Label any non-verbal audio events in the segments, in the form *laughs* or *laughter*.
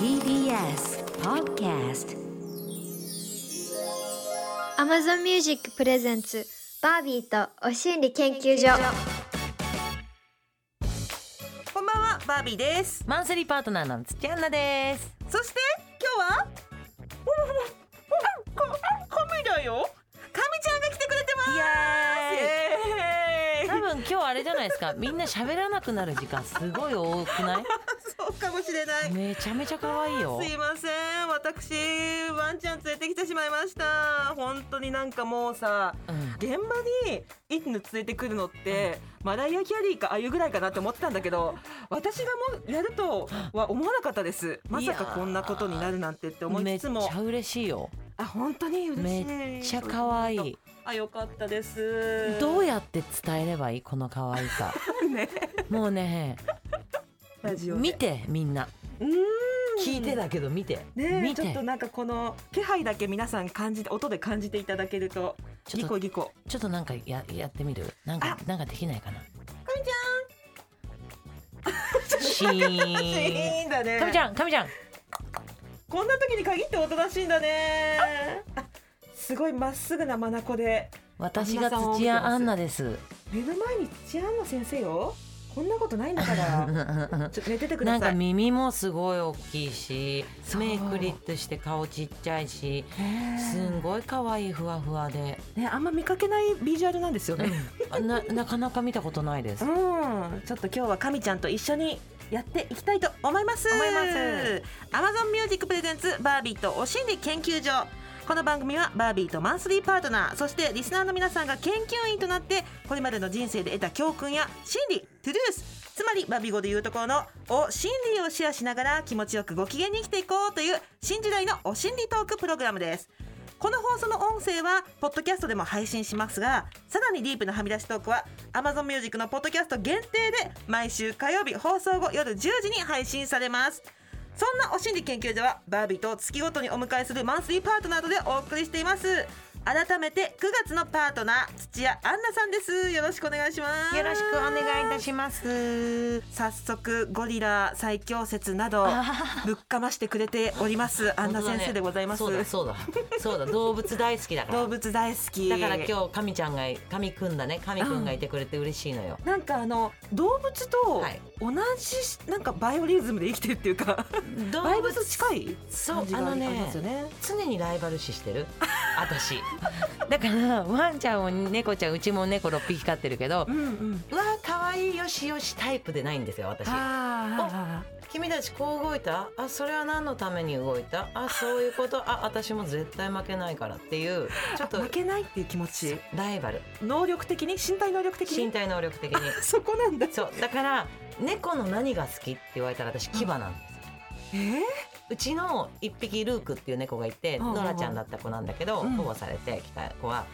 TBS Podcast Amazon Music プレゼンツバービーとお心理研究所こんばんは、バービーです。マンスリーパートナーの土屋アンナです。そして、今日は。おおおおここ神だよ。神ちゃんが来てくれてます。イエ多分今日あれじゃないですか。み *laughs* んな喋らなくなる時間すごい多くない？ーイそうかもしれない。めちゃめちゃ可愛いよす。いません私ワンちゃん連れてきてしまいました本当になんかもうさうん。現場に犬連れてくるのって、マライア・キャリーかあゆぐらいかなって思ってたんだけど私がもうやるとは思わなかったですまさかこんなことになるなんてって思いめつっちつもゃ嬉しいよ。あ本当に嬉しいめっちゃ可愛い。あよかったですどうやって伝えればいいこの可愛さ。 *laughs* ねもうね、ラジオで見てみんな。うーん聞いてだけど見て。ね見ちょってと。なんかこの気配だけ皆さん感じて音で感じていただけるとちギょっコとギコちょっとなんかややってみる。なんかなんかできないかな。かみちシゃんーン。いいんだねかみちゃん、かみちゃん。こんな時に限っておとなしいんだねあすごいまっすぐな眼で私が土屋アンナです。目の前に土屋アンナ先生よこんなことないんだから *laughs* ちょっと寝ててくなだんさかい耳もすごい大きいしそうメイクリップして顔ちっちゃいしすんごい可愛いふわふわで、ねあんま見かけないビジュアルなんですよねな *laughs* なかなか見たことないです。うん、ちょっと今日はかみちゃんと一緒にやっていきたいと思います。思います。アマゾンミュージックプレゼンツバービーとお心理研究所。この番組はバービーとマンスリーパートナーそしてリスナーの皆さんが研究員となってこれまでの人生で得た教訓や心理トゥルースつまりバビ語でいうところの「お心理」をシェアしながら気持ちよくご機嫌に生きていこうという新時代のお心理トークプログラムです。この放送の音声はポッドキャストでも配信しますがさらにディープなはみ出しトークは Amazon Music のポッドキャスト限定で毎週火曜日放送後夜10時に配信されますそんなお心理研究所はバービーと月ごとにお迎えするマンスリーパートナーとでお送りしています改めて9月のパートナー土屋アンナさんですよろしくお願いしますよろしくお願いいたします。早速ゴリラ最強説などぶっかましてくれておりますアンナ先生でございます、そうだそうだそうだ動物大好きだから。動だ物大好きから今日かみちゃんがかみくんだねかみくんがいてくれて嬉しいのよ。なんかあの動物とはい同じなんかバイオリズムで生きてるっていうか、バイブス近いそ感うじあがあのりねますよね。常にライバル視 *laughs* してる私だからワンちゃんも猫ちゃんうちも猫6匹飼ってるけどうんうん。うわ可愛いよしよしタイプでないんですよ私あ君たちこう動いたあそれは何のために動いたあそういうことあ私も絶対負けないからっていうちょっあと負けないっていう気持ち。ライバル能力的に身体能力的身に。体能力 *laughs* 的にそこなんだ。そうだから猫の何が好きって言われたら私牙なんですえーうちの一匹ルークっていう猫がいてうんうんうんノラちゃんだった子なんだけどうん保護されてきた子は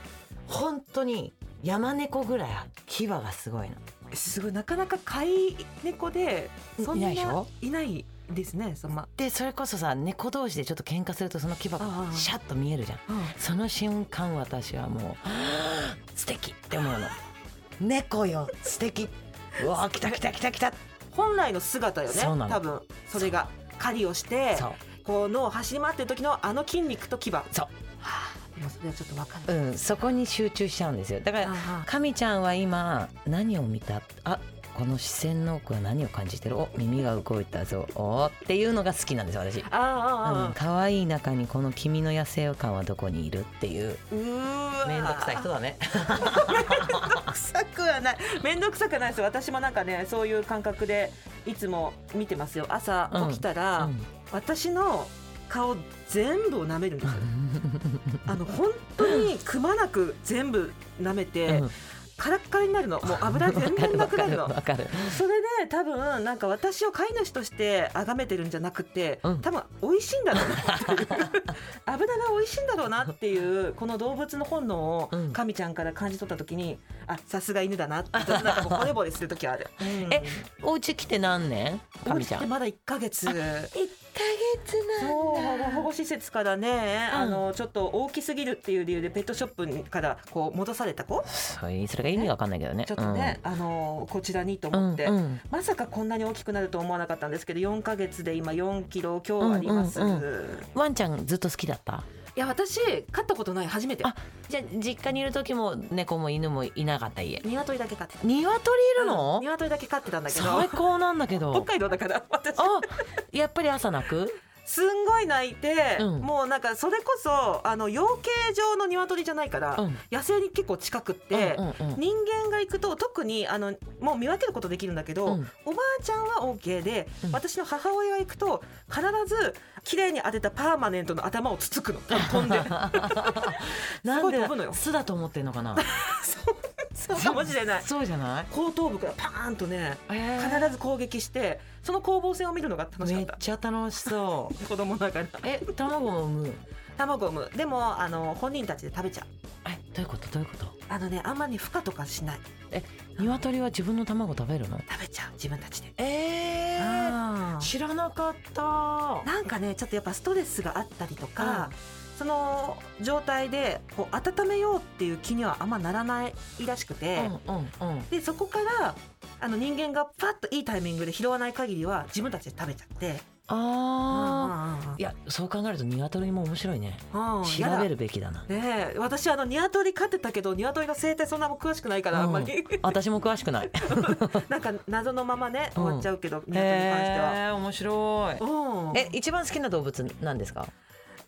本当に山猫ぐらい牙がすごいの。すごいなかなか飼い猫でそんないないでしょいないですね。そんな。でそれこそさ猫同士でちょっと喧嘩するとその牙がうんうんシャッと見えるじゃん。その瞬間私はもうはあ「素敵って思う *gasps* の「猫よ素敵うわー来た来た来た来た本来の姿よね。そうなの多分それが狩りをしてそうこう脳を走り回ってる時のあの筋肉と牙。そう。はあ、でもそれはちょっとわかる。うんそこに集中しちゃうんですよだからあ神ちゃんは今何を見たあこの視線の奥は何を感じてるお耳が動いたぞおっていうのが好きなんですよ私。あああうん、可愛い中にこの君の野生感はどこにいるっていううーわめんどくさい人だね臭くはない面倒くさくはないです私もなんかねそういう感覚でいつも見てますよ朝 *laughs* うん起きたら、私の顔全部を舐めるんで *laughs* すよあの本当にくまなく全部舐めて、うんカラッカラになるのもう油全然なわくか *laughs* なるるのわかるそれで多分なんか私を飼い主として崇めてるんじゃなくて、うん多分美味しいんだろうなっていう油が美味しいんだろうなっていうこの動物の本能をうん神ちゃんから感じ取った時にあさすが犬だなってちょっとなんかこう惚れ惚れする時ある、えお家来て何年うん神ちゃでんまだ1ヶ月一月そう保護保護施設からね、あのちょっと大きすぎるっていう理由でペットショップにからこう戻された子そういうそれが意味がわかんないけどねちょっとね、あのこちらにとうん思って、うんうんまさかこんなに大きくなると思わなかったんですけど4ヶ月で今4キロ強あります、うんうんワンちゃんずっと好きだったいや私飼ったことない初めてあじゃあ実家にいる時も猫も犬もいなかった家鶏だけ飼ってた鶏いるうんの、鶏だけ飼ってたんだけど最高なんだけ *laughs* 北ど海道だから私あやっぱり朝泣くすんごい泣いて、うんもうなんかそれこそあの養鶏場の鶏じゃないから、うん野生に結構近くって、うんうんうん人間が行くと特にあのもう見分けることできるんだけど、うんおばあちゃんは OK で、うん私の母親が行くと必ず綺麗に当てたパーマネントの頭をつ *laughs* つくの飛んですなごんい飛ぶのでよ巣だと思ってんのかなそう *laughs* かもしれないそうじゃない、後頭部からパーンとねえ必ーず攻撃してその攻防戦を見るのが楽しかめっったちゃ楽しそう子供ながらえ卵も産む卵を産むでもあの本人たちで食べちゃうえどういうことどういうことあのねあんまり孵化とかしない鶏は自分の卵食べるの食べちゃう自分たちでえあー知らなかったなんかねちょっとやっぱストレスがあったりとか、うその状態でこう温めようっていう気にはあんまならないらしくて、うんうんうんでそこからあの人間がパッといいタイミングで拾わない限りは自分たちで食べちゃってあうんうんうんーいやそう考えると鶏も面白いねうんや調だべるべきだなねえ私あの鶏飼ってたけど鶏の生態そんなも詳しくないからあんまり、私も詳しくない *laughs* なんか謎のままねうん終わっちゃうけど、鶏に関しては。え面白いうんえ一番好きな動物なんですか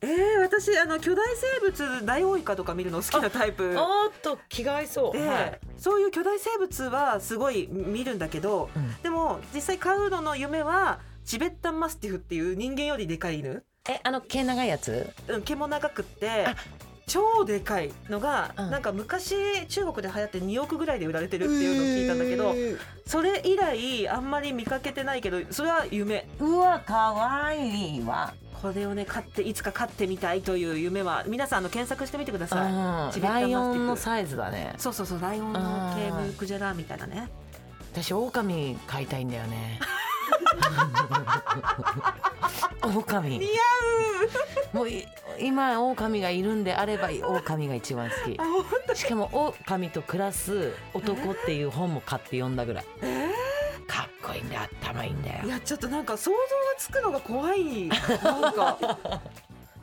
えー、私あの巨大生物ダイオウイカとか見るの好きなタイプおっと気が合いそで、そういう巨大生物はすごい見るんだけどうんでも実際飼うのの夢はチベッタンマスティフっていう人間よりでかい犬、えあの毛長いやつうん、毛も長くってあ超でかいのが、うんなんか昔中国で流行って2億ぐらいで売られてるっていうのを聞いたんだけどそれ以来あんまり見かけてないけどそれは夢うわ可愛いわこれをね飼っていつか飼ってみたいという夢は皆さんあの検索してみてくだうさい。チんベッタンラマスティフイオンのサイズだねそうそうそうライオンのケーブルクジャラみたいなね私狼飼いたいんだよね狼似もうい今狼がいるんであれば狼が一番合う好あ本きしかも狼と暮らす男っていう本も買って読んだぐらいかっこいいんだよ頭いいんだよいやちょっとなんか想像がつくのが怖いなんか *laughs*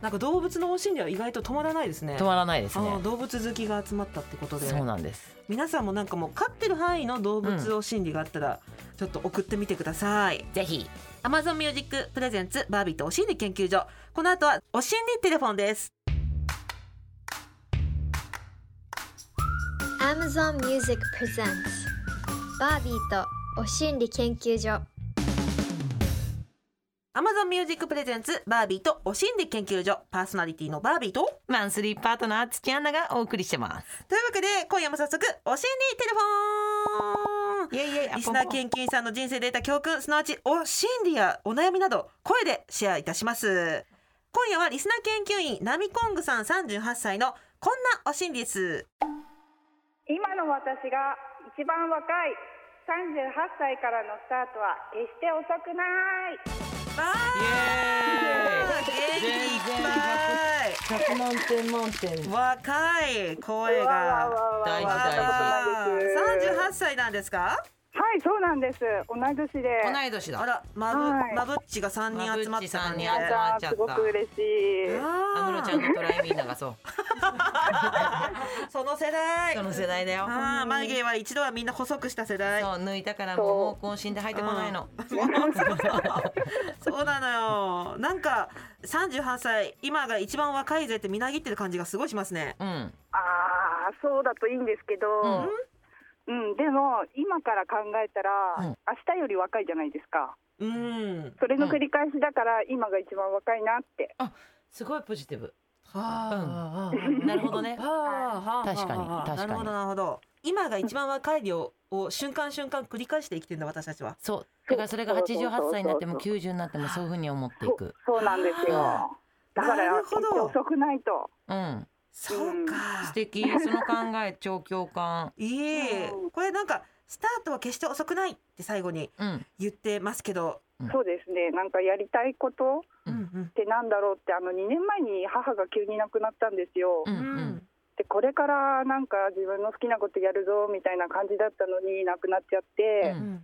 なんか動物のお心理は意外と止まらないですね止まらないですあねの動物好きが集まったってことでそうなんです皆さんもなんかもう飼ってる範囲の動物うを心理があったら、ちょっと送ってみてくださいぜひ Amazon Music プレゼンツバービーとお心理研究所この後はお心理テレフォンです Amazon Music Presents バービーとお心理研究所 Amazon Music プレゼンツバービーとお心理研究所パーソナリティのバービーとマンスリーパートナー月アナがお送りしてますというわけで今夜も早速お心理テレフォンイエイイエイリスナー研究員さんの人生で得た教訓すなわちお心理やお悩みなど声でシェアいたします今夜はリスナー研究員ナミコングさん38歳のこんなお心理です今の私が一番若い38歳からのスタートは決して遅くないわイエ *laughs* ー元気いっーイ100万点満点ぱい若い声がわわわわわ大事わ大あ事38歳なんですかはいそうなんです同い年で同い年だあらまぶ、はいまぶっちが3人集まってたまぶっちさんんでに集まっあーすごく嬉しい安室ちゃんのトライミー流そうその世代その世代だよあー眉毛は一度はみんな細くした世代そう抜いたからもう毛根死んで入ってこないの、そうなのよなんか38歳今が一番若いぜってみなぎってる感じがすごいしますねうんあーそうだといいんですけど、うんでも今から考えたら、うん明日より若いじゃないですかうんはそれの繰り返しだから、今が一番若いなってすごいポジティブあ、なるほどねはあはあ確かにはあはあ確かになるほどなるほど今が一番若い量を瞬間瞬間繰り返して生きてんだ私たちはそうだからそれが88歳になってもそうそ90になってもそういうふうに思っていくそうなんですあよだかならるほど遅くないとうんそう素か敵その考え超共感いいこれなんかスタートは決して遅くないって最後にうん言ってますけどうんそうですねなんかやりたいことうんってなんだろうってあの2年前に母が急に亡くなったんですよ、うんううんんでこれからなんか自分の好きなことやるぞみたいな感じだったのに亡くなっちゃって、ううん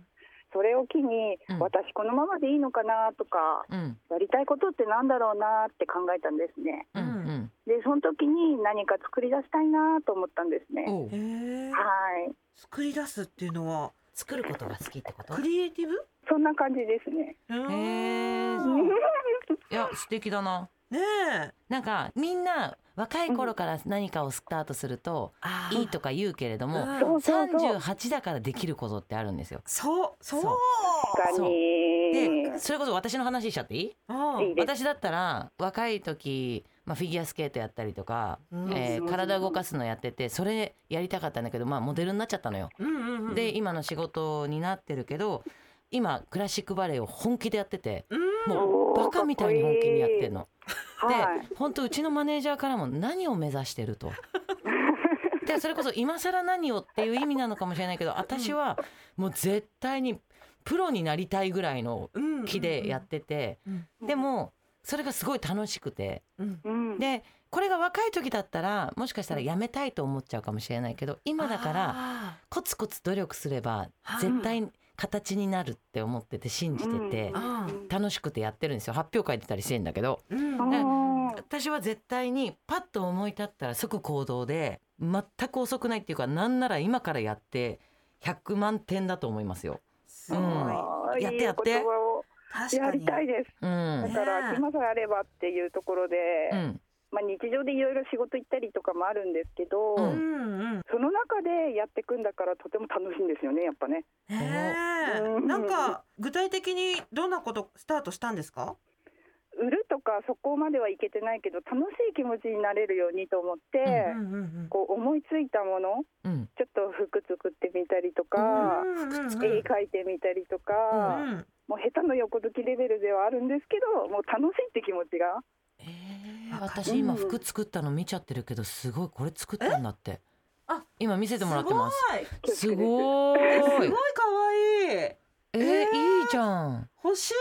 それを機に、うん私このままでいいのかなとかうんやりたいことってなんだろうなって考えたんですねうんうんでその時に何か作り出したいなと思ったんですねおうへえはい作り出すっていうのは作ることが好きってことクリエイティブそんな感じですねへえいや素敵だなねえなんかみんな若い頃から何かをスタートするとあいいとか言うけれどもうんそうそうそう38だからできることってあるんですよそうそうそう確かそうにでそれこそ私の話しちゃっていいうんいいです私だったら若い時、まあ、フィギュアスケートやったりとか、うんえーうん体動かすのやっててそれやりたかったんだけど、まあ、モデルになっちゃったのよ。うんうんうんで今の仕事になってるけど今クラシックバレエを本気でやっててうんもうおーバカみたいに本気にやってんの。はいで本当うちのマネージャーからも何を目指してると。 *laughs* でそれこそ今更何をっていう意味なのかもしれないけど私はもう絶対にプロになりたいぐらいのうんうん気でやってて、うんでもそれがすごい楽しくてうんうんでこれが若い時だったらもしかしたらやめたいと思っちゃうかもしれないけど今だからあコツコツ努力すればはい絶対形になるって思ってて信じててう。んう楽しくてやってるんですよ発表会出たりしてんだけどーうんうん私は絶対にパッと思い立ったら即行動で全く遅くないっていうかなんなら今からやって100万点だと思いますよ。すごいあーやってやっていい言葉確をやかりにたいですうだん、から暇さえあればっていうところで、うん、まあ、日常でいろいろ仕事行ったりとかもあるんですけど、ううんうんその中でやっていくんだからとても楽しいんですよねやっぱねねえうんなんか具体的にどんなことスタートしたんですか？売るとかそこまではいけてないけど楽しい気持ちになれるようにと思って、うんうんうんこう思いついたものうん、ちょっと服作ってみたりとか、うんうんうん絵描いてみたりとか、うんもう下手の横好きレベルではあるんですけどもう楽しいって気持ちがえー、私今服作ったの見ちゃってるけどすごいこれ作ったんだってあ今見せてもらってますごい。ごいすごえすごーいい可愛い。えー、いいじゃん欲しい。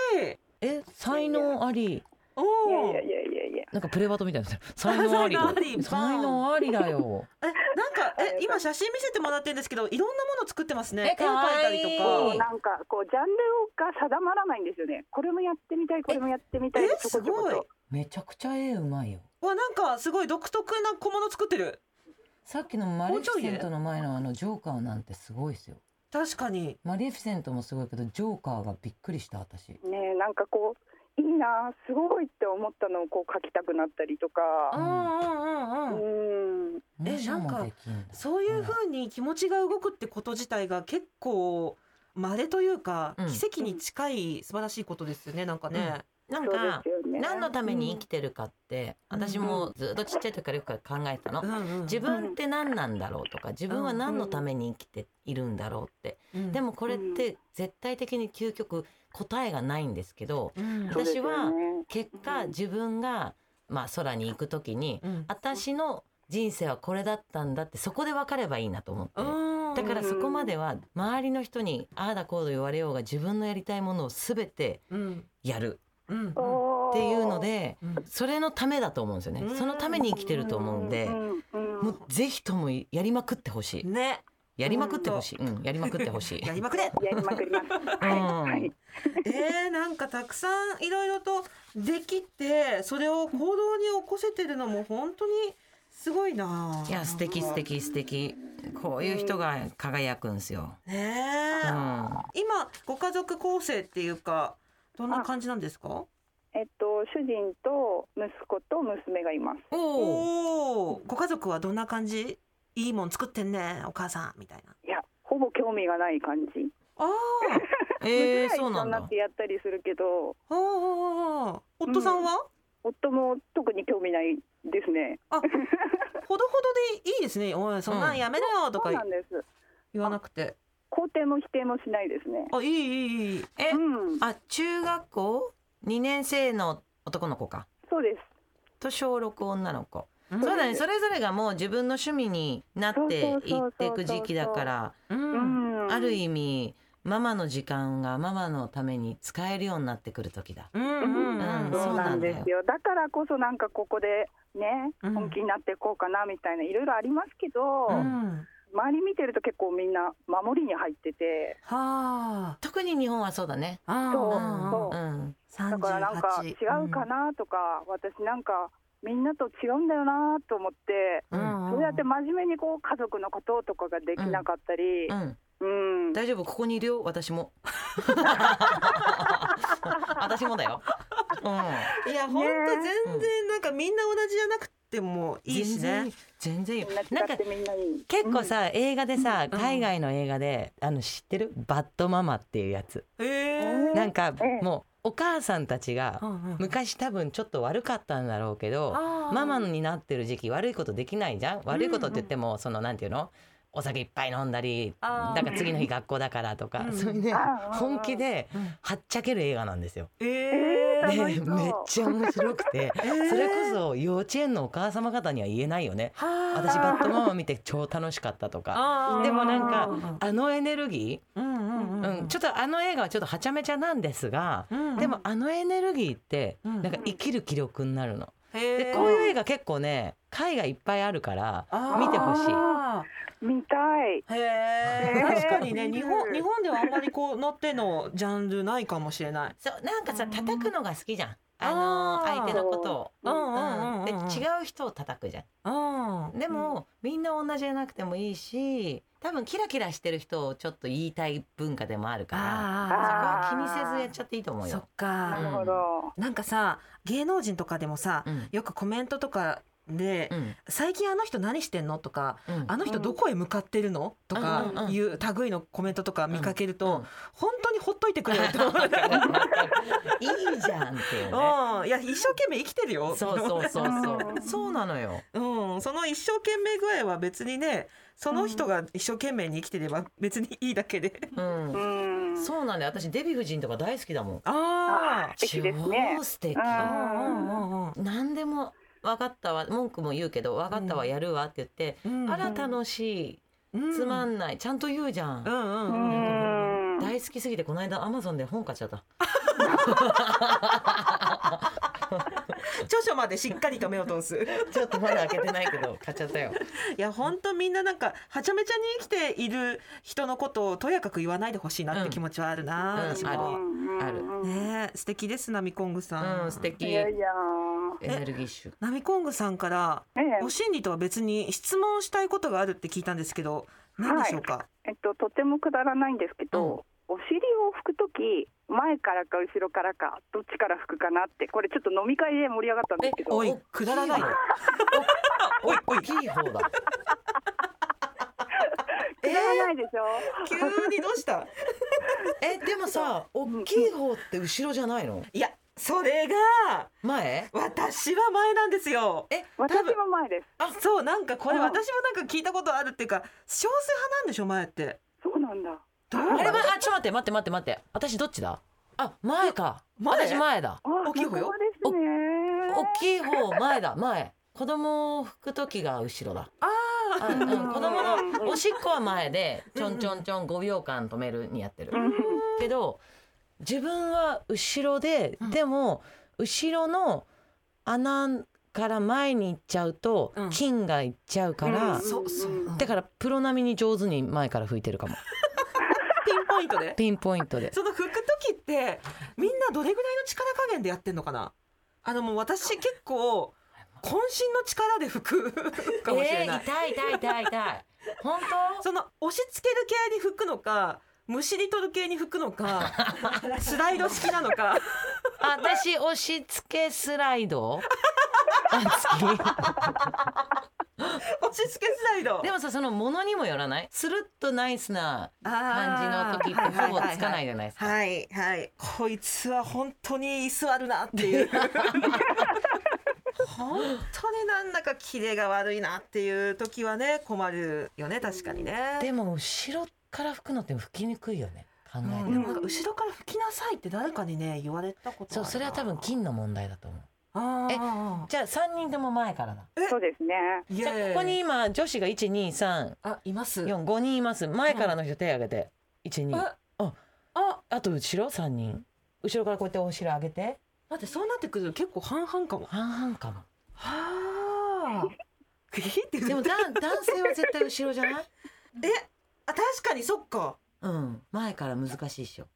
え才能ありおいやお。いやいやいやいやなんかプレバト *laughs* みたいな才能あり才能あり才能ありだよえなんかえ今写真見せてもらってるんですけどいろんなもの作ってますね。え可愛い絵こ描ういたりなんかこうジャンルが定まらないんですよねこれもやってみたいこれもやってみたいえちょこちえょこすごいとめちゃくちゃ絵うまいよとか。わなんかすごい独特な小物作ってる。さっきのマレフィセントの前のあのジョーカーなんてすごいですよ確かに。マレフィセントもすごいけどジョーカーがびっくりした私ねえなんかこういいなすごいって思ったのをこう書きたくなったりとうかんうんううんうん。ん文字なんもかできんだそういう風に気持ちが動くってこと自体が結構稀というか、うん奇跡に近い素晴らしいことですよねなんかね。なんそうでかすよね何のために生きてるかって、うん私もずっとちっちゃい時からよく考えてたの、うんうん自分って何なんだろうとか自分は何のために生きているんだろうって、うんでもこれって絶対的に究極答えがないんですけどうんそうで私すよはね結果うん自分が、まあ、空に行く時にうん私の人生はこれだったんだってそこで分かればいいなと思って。うんだからそこまでは周りの人にああだこうだ言われようが自分のやりたいものを全てうんやるうっんていうのでうんそれのためだと思うんですよねうんそのために生きてると思うんでもうぜひともやりまくってほしいねやりまくってほしいうんやりまくってほしい *laughs* やりまくれやりまく *laughs* りますはいうんえー、なんかたくさんいろいろとできてそれを行動に起こせてるのも本当にすごいないや素敵素敵素敵こういう人が輝くんですよねうえ、ん今ご家族構成っていうかどんな感じなんですかえっと主人と息子と娘がいますおおおおご家族はどんな感じいいもん作ってんねお母さんみたいないやほぼ興味がない感じあ *laughs* えーそう娘は一緒なにんなだってやったりするけどあああ夫さんは、夫も特に興味ないですねほどほどでいいですねおいそんなんやめろよとそかうなんです言わなくて、肯定も否定もしないですねあいいいいいいえうんあ中学校2年生の男の子かそうですと小6女の子うんそうだねそれぞれがもう自分の趣味になっていっていく時期だからううんんある意味ママの時間がママのために使えるようになってくる時だ。うんうんうんんそうなんですよだからこそなんかここでねうん本気になっていこうかなみたいないろいろありますけど、うんは周り見てると結構みんな守りに入っててあ特に日本はそうだね。あそううんそううんだからなんか違うかなとか、私なんかみんなと違うんだよなと思って、うんそうやって真面目にこう家族のこととかができなかったり、ううんんうん大丈夫ここにいるよ私も私もだよ、ういや本当全然なんかみんな同じじゃなくてもん、いいしね。全然いいよみんな違なんっかてみんないい。結構さ、映画でさうん海外の映画で、あの知ってるバッドママっていうやつええなんかええもうお母さんたちがマ昔多分ちょっと悪かったんだろうけどママになってる時期悪いことできないじゃん悪いことって言っても、そのなんていうのお酒いっぱい飲んだりあーなんか次の日学校だからとか、うんそういうねあー本気でうんはっちゃける映画なんですよ。ええーーでめ楽しっそうちゃ面白くて、それこそ幼稚園のお母様方には言えないよね。はあ私バットママ見て超楽しかったとか。あーでもなんかあのエネルギうんうんうー、んうん、ちょっとあの映画はちょっとはちゃめちゃなんですが、うんでもあのエネルギーってうんなんか生きる気力になるの。へでーこういう映画結構ね海外いっぱいあるから見てほしい。あ見たい。ーへえへー確か *laughs* にね日本日本ではあんまりこう乗ってのジャンルないかもしれない。そうなんかさうん叩くのが好きじゃん。あのあー相手のことを。うんううんんうんでうんうん違う人を叩くじゃん。うんでも、みんな同じじゃなくてもいいし多分キラキラしてる人をちょっと言いたい文化でもあるからそこあは気にせずやっちゃっていいと思あうそっよ。なかるほど。なんかさ芸能人とかでもさうんよくコメントとかでうん「最近あの人何してんの?」とかうんあの人どこへ向かってるの、うとんうんかうんいう類のコメントとか見かけると、うん本当にほっといてくれよって思うわんだかよるわ *laughs* ね。かる *laughs* いいじゃんっていうね。うん、いや一生懸命生きてるよ。そうそうそうそううんそうなのよ。うん、その一生懸命具合は別にね、その人が一生懸命に生きてれば別にいいだけで。うんうん。そうなんだよ私デヴィ夫人とか大好きだもん。ああ、素敵ですね超素敵。うんうん何でも分かったわ文句も言うけど分かったわやるわって言って、うんうん。あら楽しいつまんないちゃんと言うじゃんう。んううんうん。ん。大好きすぎてこの間アマゾンで本買っちゃった。著書までしっかりと目を通す。ちょっとまだ開けてないけ *laughs* ど買っちゃったよ。 *laughs* いや本当みんななんかはちゃめちゃに生きている人のことをとやかく言わないでほしいなって気持ちはあるな、うん私あるも。うんあるねえ素敵ですナミコングさん、うん素敵。いやエいや。ネルギッシュ。ナミコングさんからええお心理とは別に質問したいことがあるって聞いたんですけど何でしょうか、えっと、とてもくだらないんですけど、お尻を拭くとき前からか後ろからかどっちから拭くかなってこれちょっと飲み会で盛り上がったんですけどおいくだらないよおいおい大きい方だ。くだらないでしょ、急にどうしたえでもさ大きい方って後ろじゃないの？ *laughs* いやそれが前？私は前なんですよえ私も前ですあそうなんかこれうん私もなんか聞いたことあるっていうか少数派なんでしょ前ってそうなんだどうあれまあちょっと待って待って待って待って私どっちだ？あ前か。前私前だ。あ大きい方よ仲間ですね大きい方前だ前。子供を拭く時が後ろだ。あああうん子供うんのおしっこは前でちょんちょんちょん5秒間止めるにやってる。うんけど自分は後ろで、でも後ろの穴から前に行っちゃうと、うん菌が行っちゃうから、うんそうそうだからプロ並みに上手に前から拭いてるかもピンポイントでピンポイントで。 *laughs* その拭く時ってみんなどれぐらいの力加減でやってんのかなあのもう私結構渾身の力で拭くかもしれない、えー痛い痛い痛い痛い本当その押し付ける系に拭くのかむしり取る系に拭く *laughs* のかスライド式なのか私押し付けスライドあ好き押し付けスライドでもさそのものにもよらないスルッとナイスな感じの時ってほぼつかないじゃないですか。はいはいこいつは本当に居座るなって *laughs* いう本当になんだかキレが悪いなっていう時はね困るよね確かにねでも後ろから吹くのって吹きにくいよね考えてうも、ん、なんか後ろから吹きなさいって誰かにね言われたことあるそうそれは多分金の問題だと思うえあじゃあ3人とも前からだそうですねーじゃあここに今女子が1234あいます5人います前からの人手挙げて12ああああと後ろ3人後ろからこうやってお尻上げて待ってそうなってくると結構半々かも半々かも *laughs* はあ *laughs* ででももだ男性は絶対後ろじゃないえあ確かにそっかうん前から難しいっしょ、うん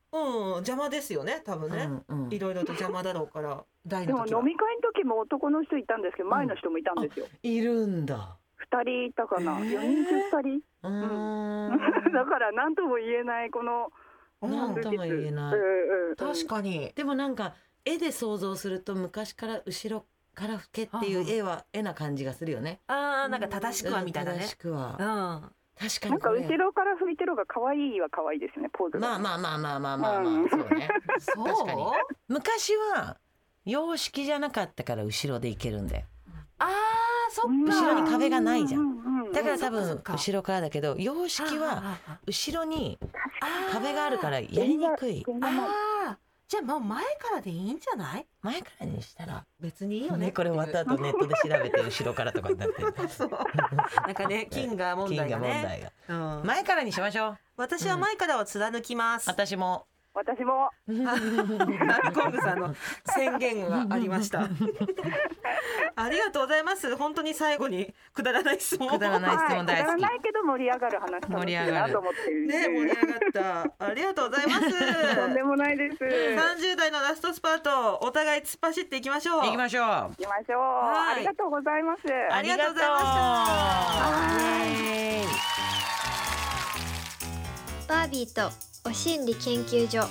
邪魔ですよね多分ね、うんうんいろいろと邪魔だろうから大でのも時は飲み会の時も男の人いたんですけど、前の人もいたんですよ。いるんだ二人いたかな、えー四人中二人。うーん *laughs* だから、何とも言えない、この。うなんんとも言えないうんうん確かにでもなんか絵で想像すると昔から後ろから老けっていう絵は絵な感じがするよね。ああなんか正しくはみたいなうんね正しくはう。ん確かになんかこれ後ろから吹いてる方が可愛いは可愛いですね、ポーズが。まあまあまあまあまあまあまあ、うんそうね。そう確かに昔は様式じゃなかったから後ろでいけるんだよ。あーそっかうん後ろに壁がないじゃんうううだから多うんそっ分かそっか後ろからだけど様式は後ろに壁があるからやりにくい。全然ないああじゃあもう前からでいいんじゃない前からにしたら。別にいいよねね、これまたあとネットで調べて後ろからとかになってる。そう *laughs* なんかね金が問金題がが問ね題が。うん前からにしましょう。私は前からは貫きます私も。私も。ナルコングさんの宣言がありま *laughs* した。ありがとうございます。本当に最後にくだらない質問。くだらない質問大好はいくだらき。ないけど盛り上がる話楽しいなと思ってる。ね、盛り上がった。ありがとうございます。とんでもないです。行三十代のラストスパート、お互い突っ走っていきましょう。行きましょう。あきましょう。はいありがとうございます。 *laughs* ありがとうございましりがとうバーたビーとお心理研究所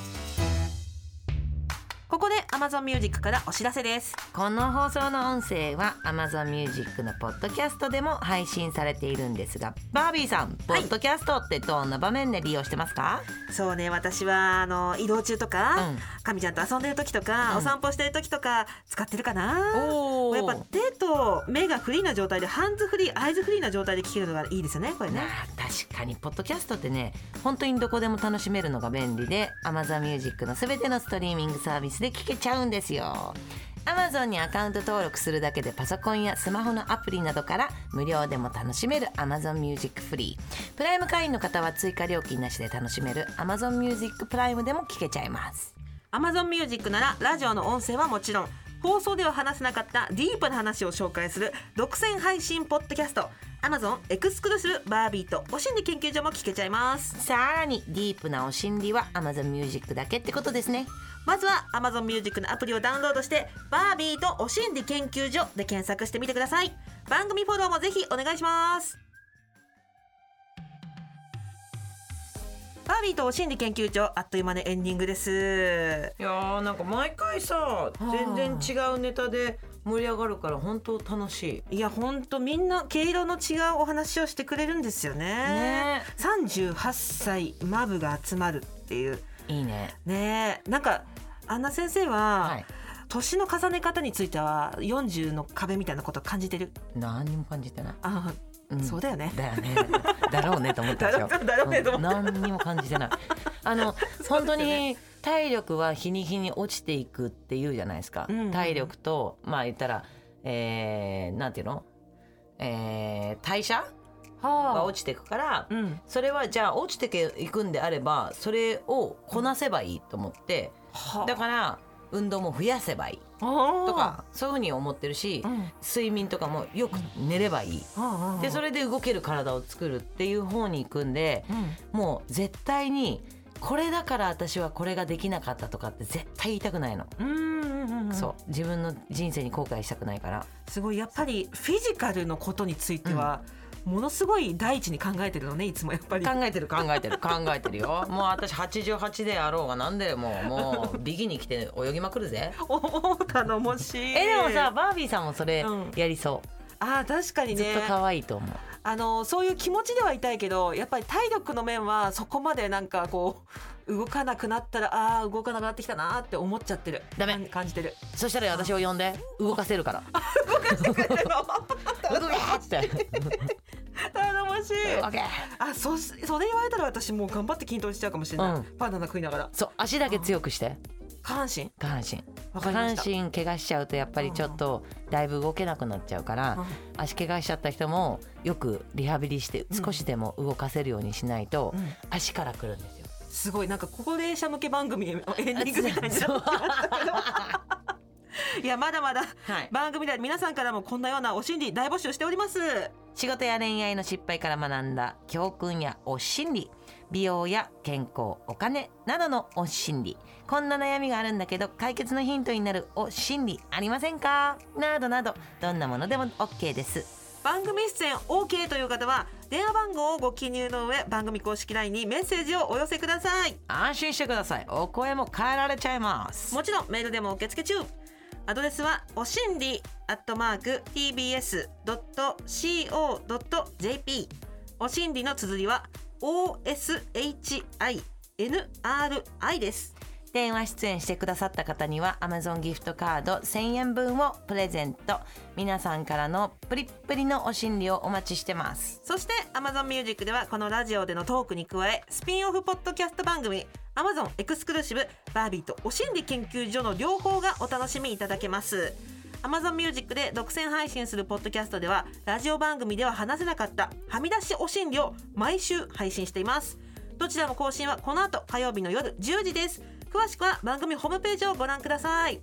ここで Amazon Music からお知らせです。この放送の音声は Amazon Music のポッドキャストでも配信されているんですがバービーさんポッドキャストってどんな場面で利用してますか、そうね、私はあの移動中とか、うん神ちゃんと遊んでる時とか、うんお散歩してる時とか使ってるかな。おやっぱ手と目がフリーな状態でハンズフリー、アイズフリーな状態で聞けるのがいいですよね。これね。確かにポッドキャストってね本当にどこでも楽しめるのが便利で Amazon Music のすべてのストリーミングサービスで聴けちゃうんですよ Amazon にアカウント登録するだけでパソコンやスマホのアプリなどから無料でも楽しめる Amazon Music フリープライム会員の方は追加料金なしで楽しめる Amazon Music プライムでも聴けちゃいます Amazon Music ならラジオの音声はもちろん放送では話せなかったディープな話を紹介する独占配信ポッドキャスト Amazon エクスクルーシブバービーとお心理研究所も聞けちゃいますさらにディープなお心理は Amazon Music だけってことですねまずは Amazon Music のアプリをダウンロードしてバービーとお心理研究所で検索してみてください番組フォローもぜひお願いしますバービーとお心理研究所あっという間でエンディングですいやーなんか毎回さ全然違うネタで盛り上がるから本当楽しいやほんとみんな毛色の違うお話をしてくれるんですよね。ね38歳マブが集まるっていういいいねねえなんかあんな先生は、はい年の重ね方については40の壁みたいなことを感じてる何にも感じてない、あ、うんそうだよね。だよねだろうねと思ったでし *laughs* ょだろだろうねと思ったうん何にも感じてないあ *laughs* の、本当に体力は日に日に落ちていくっていうじゃないですか、うんうん体力とまあ言ったらえー、なんていうのえー、代謝がは落ちていくから、あ、うん、それはじゃあ落ちていくんであればそれをこなせばいいと思ってはだから運動も増やせばいいととかそういうふうに思ってるし、うん睡眠とかもよく寝ればいい、でそれ、れで動ける体を作るっていう方に行くんでうんもう絶対にこれだから私はこれができなかったとかって絶対言いたくないの、うんうんうんうん、そう自分の人生に後悔したくないからすごいやっぱりフィジカルのことについては、ものすごい第一に考えてるのねいつもやっぱり。考えてる考えてる考えてるよもう私88であろうがなんでもうもうビキに来て泳ぎまくるぜおー頼もしい。えでもさ、バービーさんもそれうんやりそう、あー確かにずねっと可愛いと思う、あのそういう気持ちではいたいけどやっぱり体力の面はそこまでなんかこう動かなくなったらあー動かなくなってきたなーって思っちゃってるダメ感感じてるそしたら私を呼んで動かせるから動けー *laughs* って頼もしい動けーあそそれ言われたら私もう頑張って筋トレしちゃうかもしれない、うんバナナ食いながらそう足だけ強くして下半身下半身わ下かりま半した身怪我しちゃうとやっぱりちょっとだいぶ動けなくなっちゃうから、足怪我しちゃった人もよくリハビリしてうん少しでも動かせるようにしないとうん足からくるんですよ、すごいなんか高齢者向け番組のエンディングみたいになってきましたけどいやまだまだはい番組では皆さんからもこんなようなお心理大募集しております仕事や恋愛の失敗から学んだ教訓やお心理美容や健康お金などのお心理こんな悩みがあるんだけど解決のヒントになるお心理ありませんかなどなどどんなものでも OK です番組出演 OK という方は電話番号をご記入の上番組公式 LINE にメッセージをお寄せください安心してくださいお声も変えられちゃいますもちろんメールでも受付中アドレスはおしんりアットマーク tbs.co.jp おしんりの綴りは oshinri です電話出演してくださった方には Amazon ギフトカード1000円分をプレゼント皆さんからのプリップリのお心理をお待ちしてますそして Amazon Music ではこのラジオでのトークに加えスピンオフポッドキャスト番組 Amazon エクスクルーシブバービーとお心理研究所の両方がお楽しみいただけます。Amazon Music で独占配信するポッドキャストではラジオ番組では話せなかったはみ出しお心理を毎週配信しています。どちらも更新はこの後火曜日の夜10時です。詳しくは番組ホームページをご覧ください。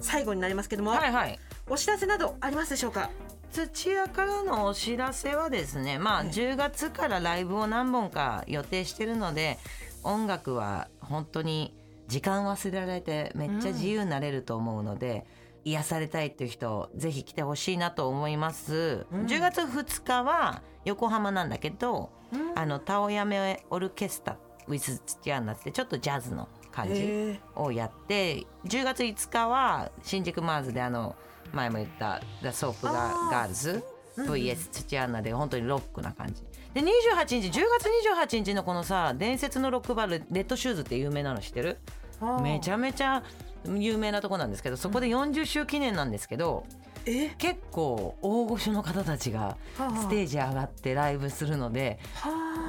最後になりますけども、はいはいお知らせなどありますでしょうか土屋からのお知らせはですねまあ10月からライブを何本か予定してるので音楽は本当に時間忘れられてめっちゃ自由になれると思うので、癒されたいっていう人ぜひ来てほしいなと思います、うん10月2日は横浜なんだけど、うんあの「タオヤメオルケスタ with 土屋」になってちょっとジャズの感じ。をやって10月5日は新宿マーズであの前も言った「ザ・ソープ・あーガールズ」VS 土アンナで本当にロックな感じで28日10月28日のこのさ伝説のロックバルレッドシューズって有名なの知ってるめちゃゃめちゃ有名なとこなんですけどそこで40周記念なんですけどえ結構大御所の方たちがステージ上がってライブするので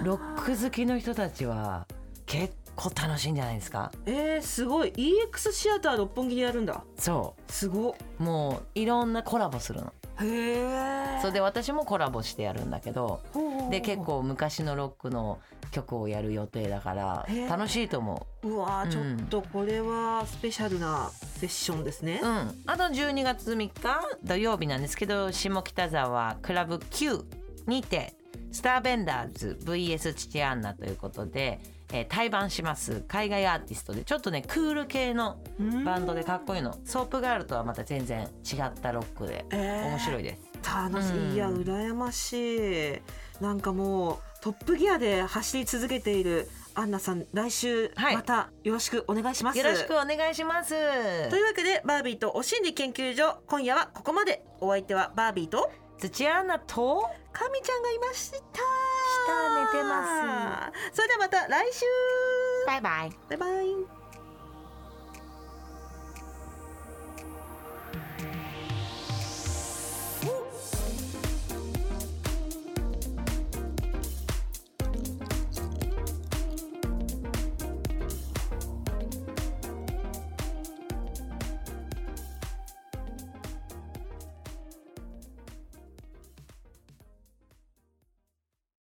ロック好きの人たちは結構楽しいんじゃないですかえー、すごい EX シアター六本木でやるんだそうすごっもういろんなコラボするの。へえそれで私もコラボしてやるんだけどで結構昔のロックの曲をやる予定だからへえ楽しいと思うわうーんちょっとこれはスペシャルなセッションですねう、うん、あと12月3日土曜日なんですけど下北沢クラブ Q にてスターベンダーズ VS チチアンナということで、えー対バンします海外アーティストでちょっとねクール系のうんバンドでかっこいいのソープガールとはまた全然違ったロックでえー面白いです。楽しい、うんいや羨ましいなんかもうトップギアで走り続けているアンナさん来週はいまたよろしくお願いします、よろしくお願いします。というわけでバービーとお心理研究所今夜はここまでお相手はバービーと土屋アンナとかみちゃんがいました下寝てますそれではまた来週バイバイバイバイ